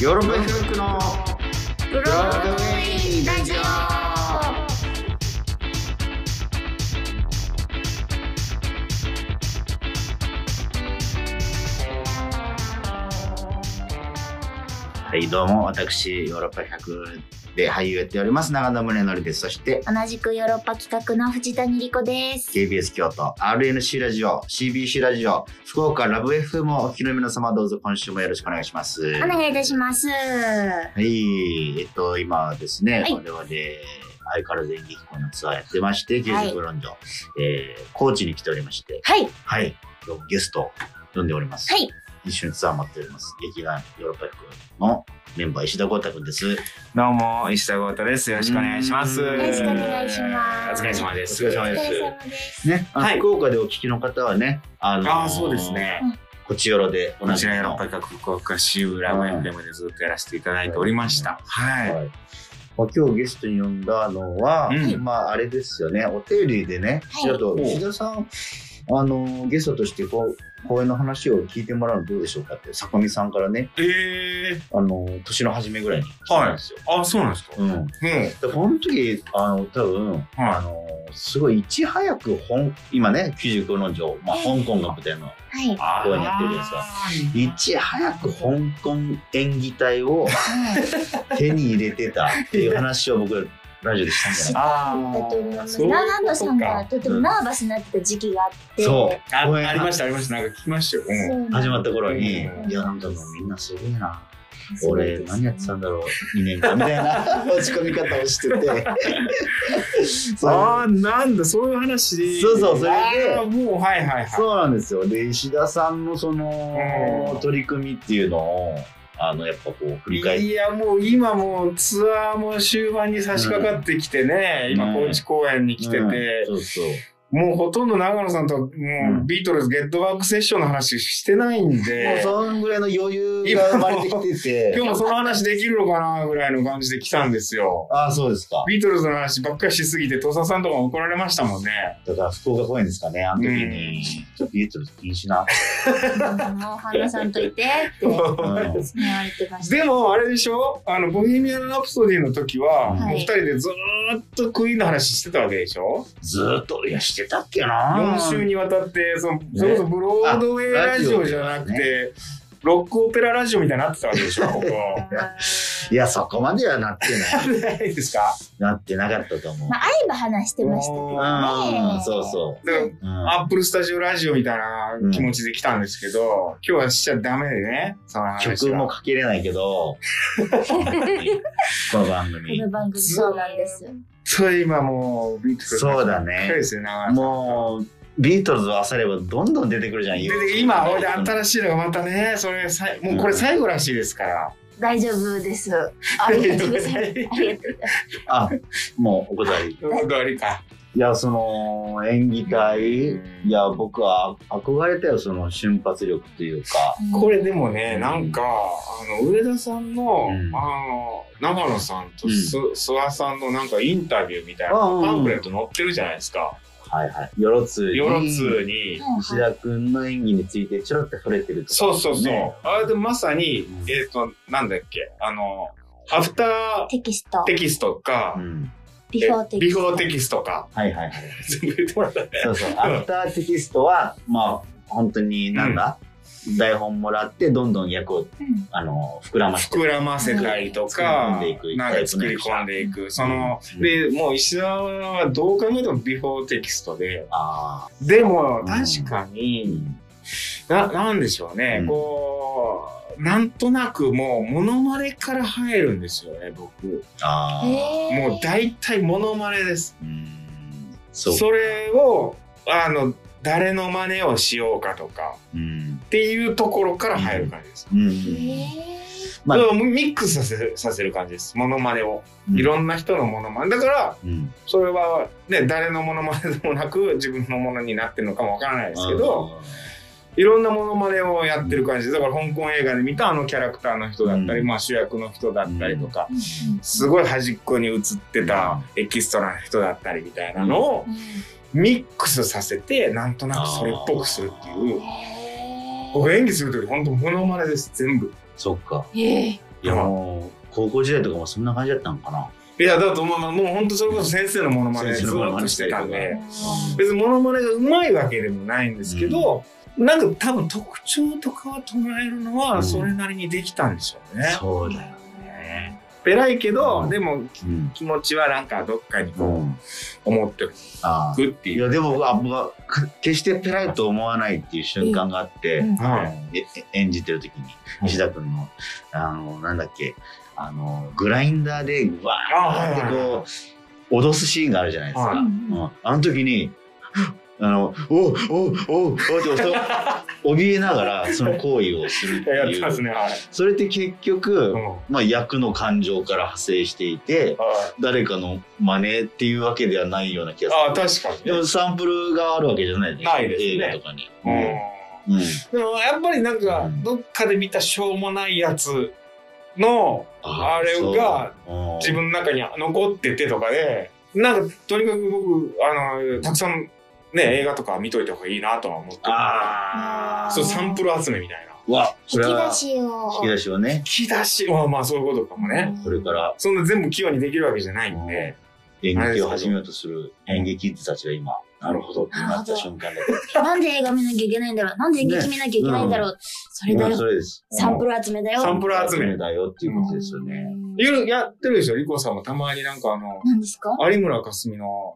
ヨーロッパフックのブロードウェイラジオはいどうも私ヨーロッパ100で俳優やっております長田宗則ですそして同じくヨーロッパ企画の藤谷莉子です。 KBS 京都 RNC ラジオ CBC ラジオ福岡ラブ FM をお聞きの皆様どうぞ今週もよろしくお願いしますお願いいたします。はいえっと今ですね、はい我々相変わらず演劇コのツアーやってまして芸術ブロンド、えー高知に来ておりましてはい、はい今日もゲストを呼んでおります、はい、一緒にツアー待っております劇団ヨーロッパフックのメンバー石田豪太君ですどうも、石田豪太です。よろしくお願いします。よろしくお願いしますお疲れ様でおす。疲れ様おで疲すれ様です。ね、あのはい福岡でお聞きの方はね、あのーああ、そうです。ね。こちよろでこちらヨーロッパは各福岡支部ラブ FM でずっとやらせていただいておりました。はいい。まあ、今日ゲストに呼んだのは、うんまああれですよね、お手入れでね、はいちょっとおう石田さん、あのーゲストとしてこう公演の話を聞いてもらうのどうでしょうかって、坂見さんからね、ええあのー年の初めぐらいに来たんですよ。ああ、そうなんですか。うん、でうん。この時あの多分、はいあのーすごいいち早く本今ね99の城、まあ、香港が舞台のはい、あ公園やってるんですがーいち早く香港演技隊を手に入れてたっていう話を僕ラジオでしたんじゃないあだと思いー、ます。そういうラランドさんがことてもナーバスになってた時期があって、そうか公演あありました、ありました。なんか聞きましたよ。そううん。なんです始まった頃に、うんいやなんかもうみんなすげえなそうで俺すね何やってたんだろう2年間みたいな落ち込み方をしててそうあー、なんだ、そういう話。そうそうそれであーもう、はいはいはい。そうなんですよで石田さんのそのうん取り組みっていうのをあのやっぱこう振り返っていやもう今もうツアーも終盤に差し掛かってきてうね、ん今高知公園に来てて、うんそうそうもうほとんど長野さんとはもううんビートルズゲットバックセッションの話してないんもうで、そんぐらいの余裕が生まれてきてて今日もその話できるのかなぐらいの感じで来たんですよ。ああそうですかビートルズの話ばっかりしすぎて、土佐さんとかも怒られましたもんね。だから福岡公演ですかねあの時にちょっとビートルズ禁止な もう花さんと いてって言われてました。でもあれでしょあの、ボヘミアン・ラプソディの時は、はいお二人でずーっとクイーンの話してたわけでしょずーっと、いや、してたっけな4週にわたってそのそれこそブロードウェイラジオじゃなくあラジオて、ロックオペララジオみたいになってたわけ でしょここいや、そこまではなって ない。ないですかなってなかったと思うま。あ、会えば話してましたけどうねん、。そうそだからう。うんアップルスタジオラジオみたいな気持ちで来たんですけど、今日はしちゃダメでねその話は曲もかけれないけ ど、この番こ組の。番組そうなんです。そう今もうビートルズそうだねばっかりですよ長野さんもう、ビートルズを漁ればどんどん出てくるじゃん、でで今ほいでい。新しいのがまたねそれさいもうこれ最後らしいですから、大丈夫です。ありがとうございま す。 ありがとうございあ、もうお断り。うん、どうりかいや、その、演技会、いや、僕は憧れたよ、その瞬発力というか。ます。これでもね、なんか、あの、上田さんの、うんあの、長野さんとす、諏訪さんのなんかインタビューみたいなうんうんうんパンフレット載ってるじゃないですか。はいはい。よろつによろつーに。石田君の演技についてちょろっと触れてるとかそうそうそう。ねあれでまさに、うんえっ、と、なんだっけ、あの、アフターテキスト。テキストうか、ん、ビフォーテえキビスフト。ォーテキストか、はいはいはい全部言ってもらったね。 そうそうアフターテキストはまあ本当になんだ、台本もらってどんどん役をうんあの膨らまして膨らませたりとうん作り込んかでいく、なんか作り込んでいく。その、うんで、もう石田はどう考えてもビフォーテキストで、ああでもうん確かに、うんななんでしょうね、うんこうなんとなくもうモノマネから入るんですよね僕ああ、へーもう大体モノマネですうんそそうれをあの誰の真似をしようかとかうんっていうところから入る感じです、うんへまあだからもうミックスさせさせる感じですモノマネをいろんな人のモノマネだからうんそれはね誰のモノマネでもなく自分のものになってるのかもわからないですけど、いろんなものまねをやってる感じだから香港映画で見たあのキャラクターの人だったり、うんまあ、主役の人だったりとか、ーすごい端っこに映ってたエキストラの人だったりみたいなのをうんミックスさせてなんとなくそれっぽくするっていうへー僕演技する時本当モノマネです全部そっかへーいやもう高校時代とかもそんな感じだったのかないやだと思うもう本当それこそ先生のモノマネ先ず生っのモノマとネしてたんでう別にモノマネがうまいわけでもないんですけど、なんか多分特徴とかは捉えるのうはんそれなりにできたんでしょうね。そうだよねペラいけど、うんでもうん気持ちはなんかどっかにうこんう思っておああくっていいう。やでもあ僕はく決してペライと思わないっていう瞬間があって、うんはいええ演じてる時に石田君のあのなんだっけあのグラインダーでわーってあはいはいはこう脅すシーンがあるじゃないですか、はいうん、あの時にあのおうおうおうおうって そう怯えながらその行為をするってやっいてますうね、はい。それって結局、うんはまあ、役の感情から派生していてい誰かの真似っていうわけではないような気がするああ、確かにでね。もサンプルがあるわけじゃないでないですね映画とかに。うんうんでもやっぱりなんかうんどっかで見たしょうもないやつのあれが自、分の中に残っててとかでなんかとにかく僕あのたくさんね映画とか見といた方がいいなとは思ってそううんああそうサンプル集めみたいなうわ引き出しを引き出しをね引き出しまあまあそういうことかもねこれからそんな全部器用にできるわけじゃないんで演劇を始めようとする演劇キッズたちが今なるほどってなった瞬間だけなんで映画見なきゃいけないんだろうなんで演劇見なきゃいけないんだろう、それどだ今よそれですサンプル集めだよサンプル集めだよっていうことですよねいろいろやってるでしょリコさんもたまになんか あの何ですか有村架純の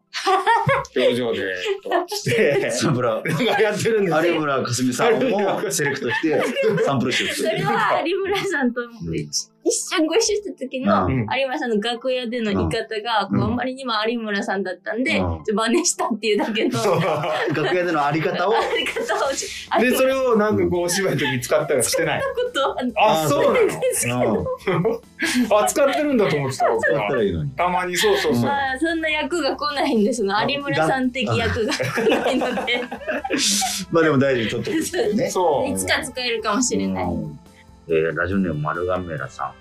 表情 でとかしてサンプルなんかやってるんです有よ村架純さんをセレクトしてサンプルしてるそれは有村さんと一緒ご一緒した時のううん有村さんの楽屋での言い方が、うんこうあんまりにも有村さんだったんで、うん真似したっていうだけの、あ楽屋でのあり方をり方をし、ありでがそれをなんかこうお芝居の時に使ったりはしてないことはないああそうなのですけど、あ使ってるんだと思ってた僕やったはらいいのにたまにそうそうそう、まあ、そんな役が来ないんですが、あ有村さん的役が来ないので、まあでも大事に取っとくっていうねそいつか使えるかもしれない。うんえーラジオネーム丸ガメラさ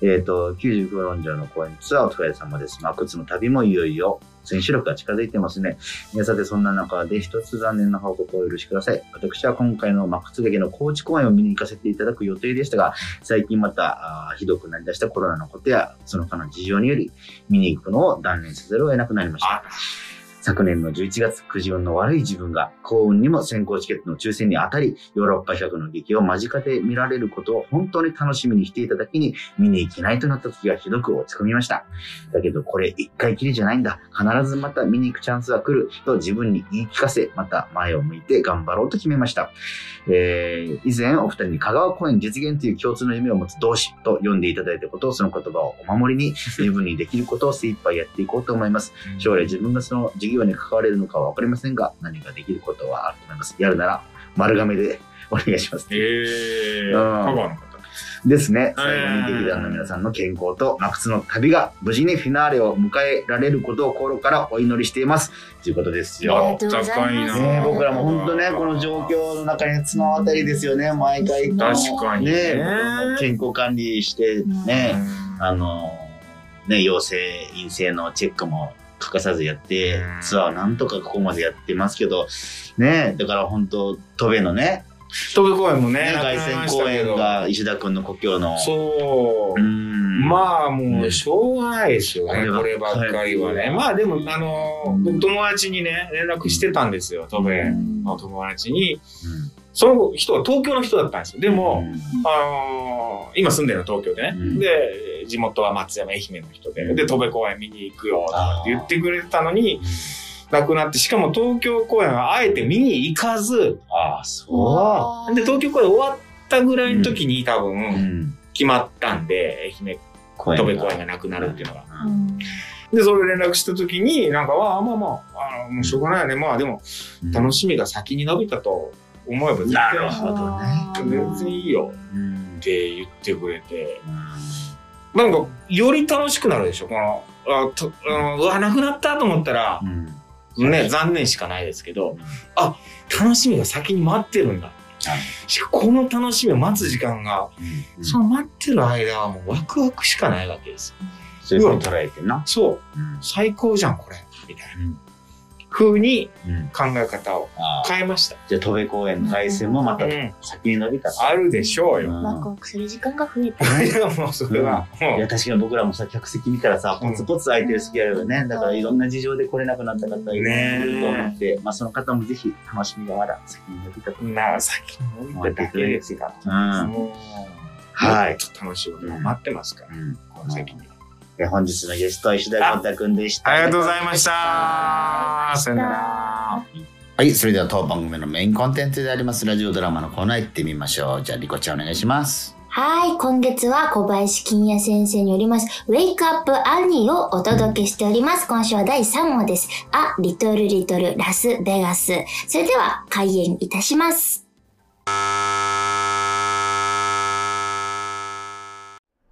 ん。えっ、と、99論者の公演ツアーお疲れ様です。マクツの旅もいよいよ選手力が近づいてますね。えーさて、そんな中で一つ残念な報告をお許しください。私は今回のマクツ劇の高知公演を見に行かせていただく予定でしたが、最近またあーひどくなりだしたコロナのことや、その他の事情により、見に行くのを断念せざるを得なくなりました。昨年の11月、くじ運の悪い自分が幸運にも先行チケットの抽選に当たり、ヨーロッパ100の劇を間近で見られることを本当に楽しみにしていただけに、見に行けないとなった時がひどく落ち込みました。だけどこれ一回きりじゃないんだ。必ずまた見に行くチャンスは来ると自分に言い聞かせ、また前を向いて頑張ろうと決めました。えー以前お二人に香川公演実現という共通の夢を持つ同志と呼んでいただいたことをその言葉をお守りに自分にできることを精一杯やっていこうと思います。将来自分がその事業に関われるのかは分かりませんが、何ができることはあると思います。やるなら丸亀でお願いします。えー、うん香川の方ですね。うん最後に劇団の皆さんの健康とマックスの旅が無事にフィナーレを迎えられることを心からお祈りしています。ということですよ。ありがとうございますねえ、僕らも本当ね、この状況の中に綱渡りですよね、毎回。ね確かにねえ、健康管理してね、あの、ね、陽性、陰性のチェックも欠かさずやって、ツアーなんとかここまでやってますけど、ねえ、だから本当、戸辺のね、飛ぶ公演もねねなく凱なりま旋した公けど演が石田君の故郷の。そう、うんまあもううんしょうがないですよね、ここれればっばかりっかりはねまあでもあの僕友達にね連絡してたんですよ飛べの友達にその人は東京の人だったんですよでうも、んあのー今住んでるの東京でね、うんで地元は松山愛媛の人でで戸部公園見に行くよとかって言ってくれてたのに亡くなってしかも東京公演はあえて見に行かずああ、そおーで東京公演終わったぐらいの時に多分、う。うん。決まったんで愛媛公戸部公園がなくなるっていうのが。ううんんでそれ連絡した時になんかまあまあまああのもうしょうがないよねまあでも楽しみが先に伸びたと思えば全なるほ然どね全然いいようんって言ってくれて。なんか、より楽しくなるでしょこの、あとうんうわ、なくなったと思ったらう、んね、残念しかないですけど、う楽しみが先に待ってるんだ。しかもこの楽しみを待つ時間が、んその待ってる間はもうワクワクしかないわけですよ。そういうふうに捉えてな。そう、うん最高じゃん、これ。みたいな。風にうん、考え方をあー変えました。じゃあ、戸部公園の海線もまうたん、先に伸びたと。あるでしょうよ。ワクワクする時間が増えた。いやもうそれは、いもや確かに僕らもさ客席見たらさポツポツ空いてる席あるよね、うんだからいろんな事情で来れなくなった方いらっしゃると思って、まあ、その方もぜひ楽しみがまだ先に伸びたとう、なあ、先に置いただけですが。うんもうはい、ちょっと楽しいことが待ってますから、うんこの先に。え本日のゲストは石田健太君でしたありがとうございました。さよなら。はいそれでは当番組のメインコンテンツでありますラジオドラマのコーナー行ってみましょうじゃあリコちゃんお願いしますはい、今月は小林金也先生によります、ウェイクアップアニーをお届けしております。今週は第3話です。あ、リトルリトルラスベガス。それでは開演いたします。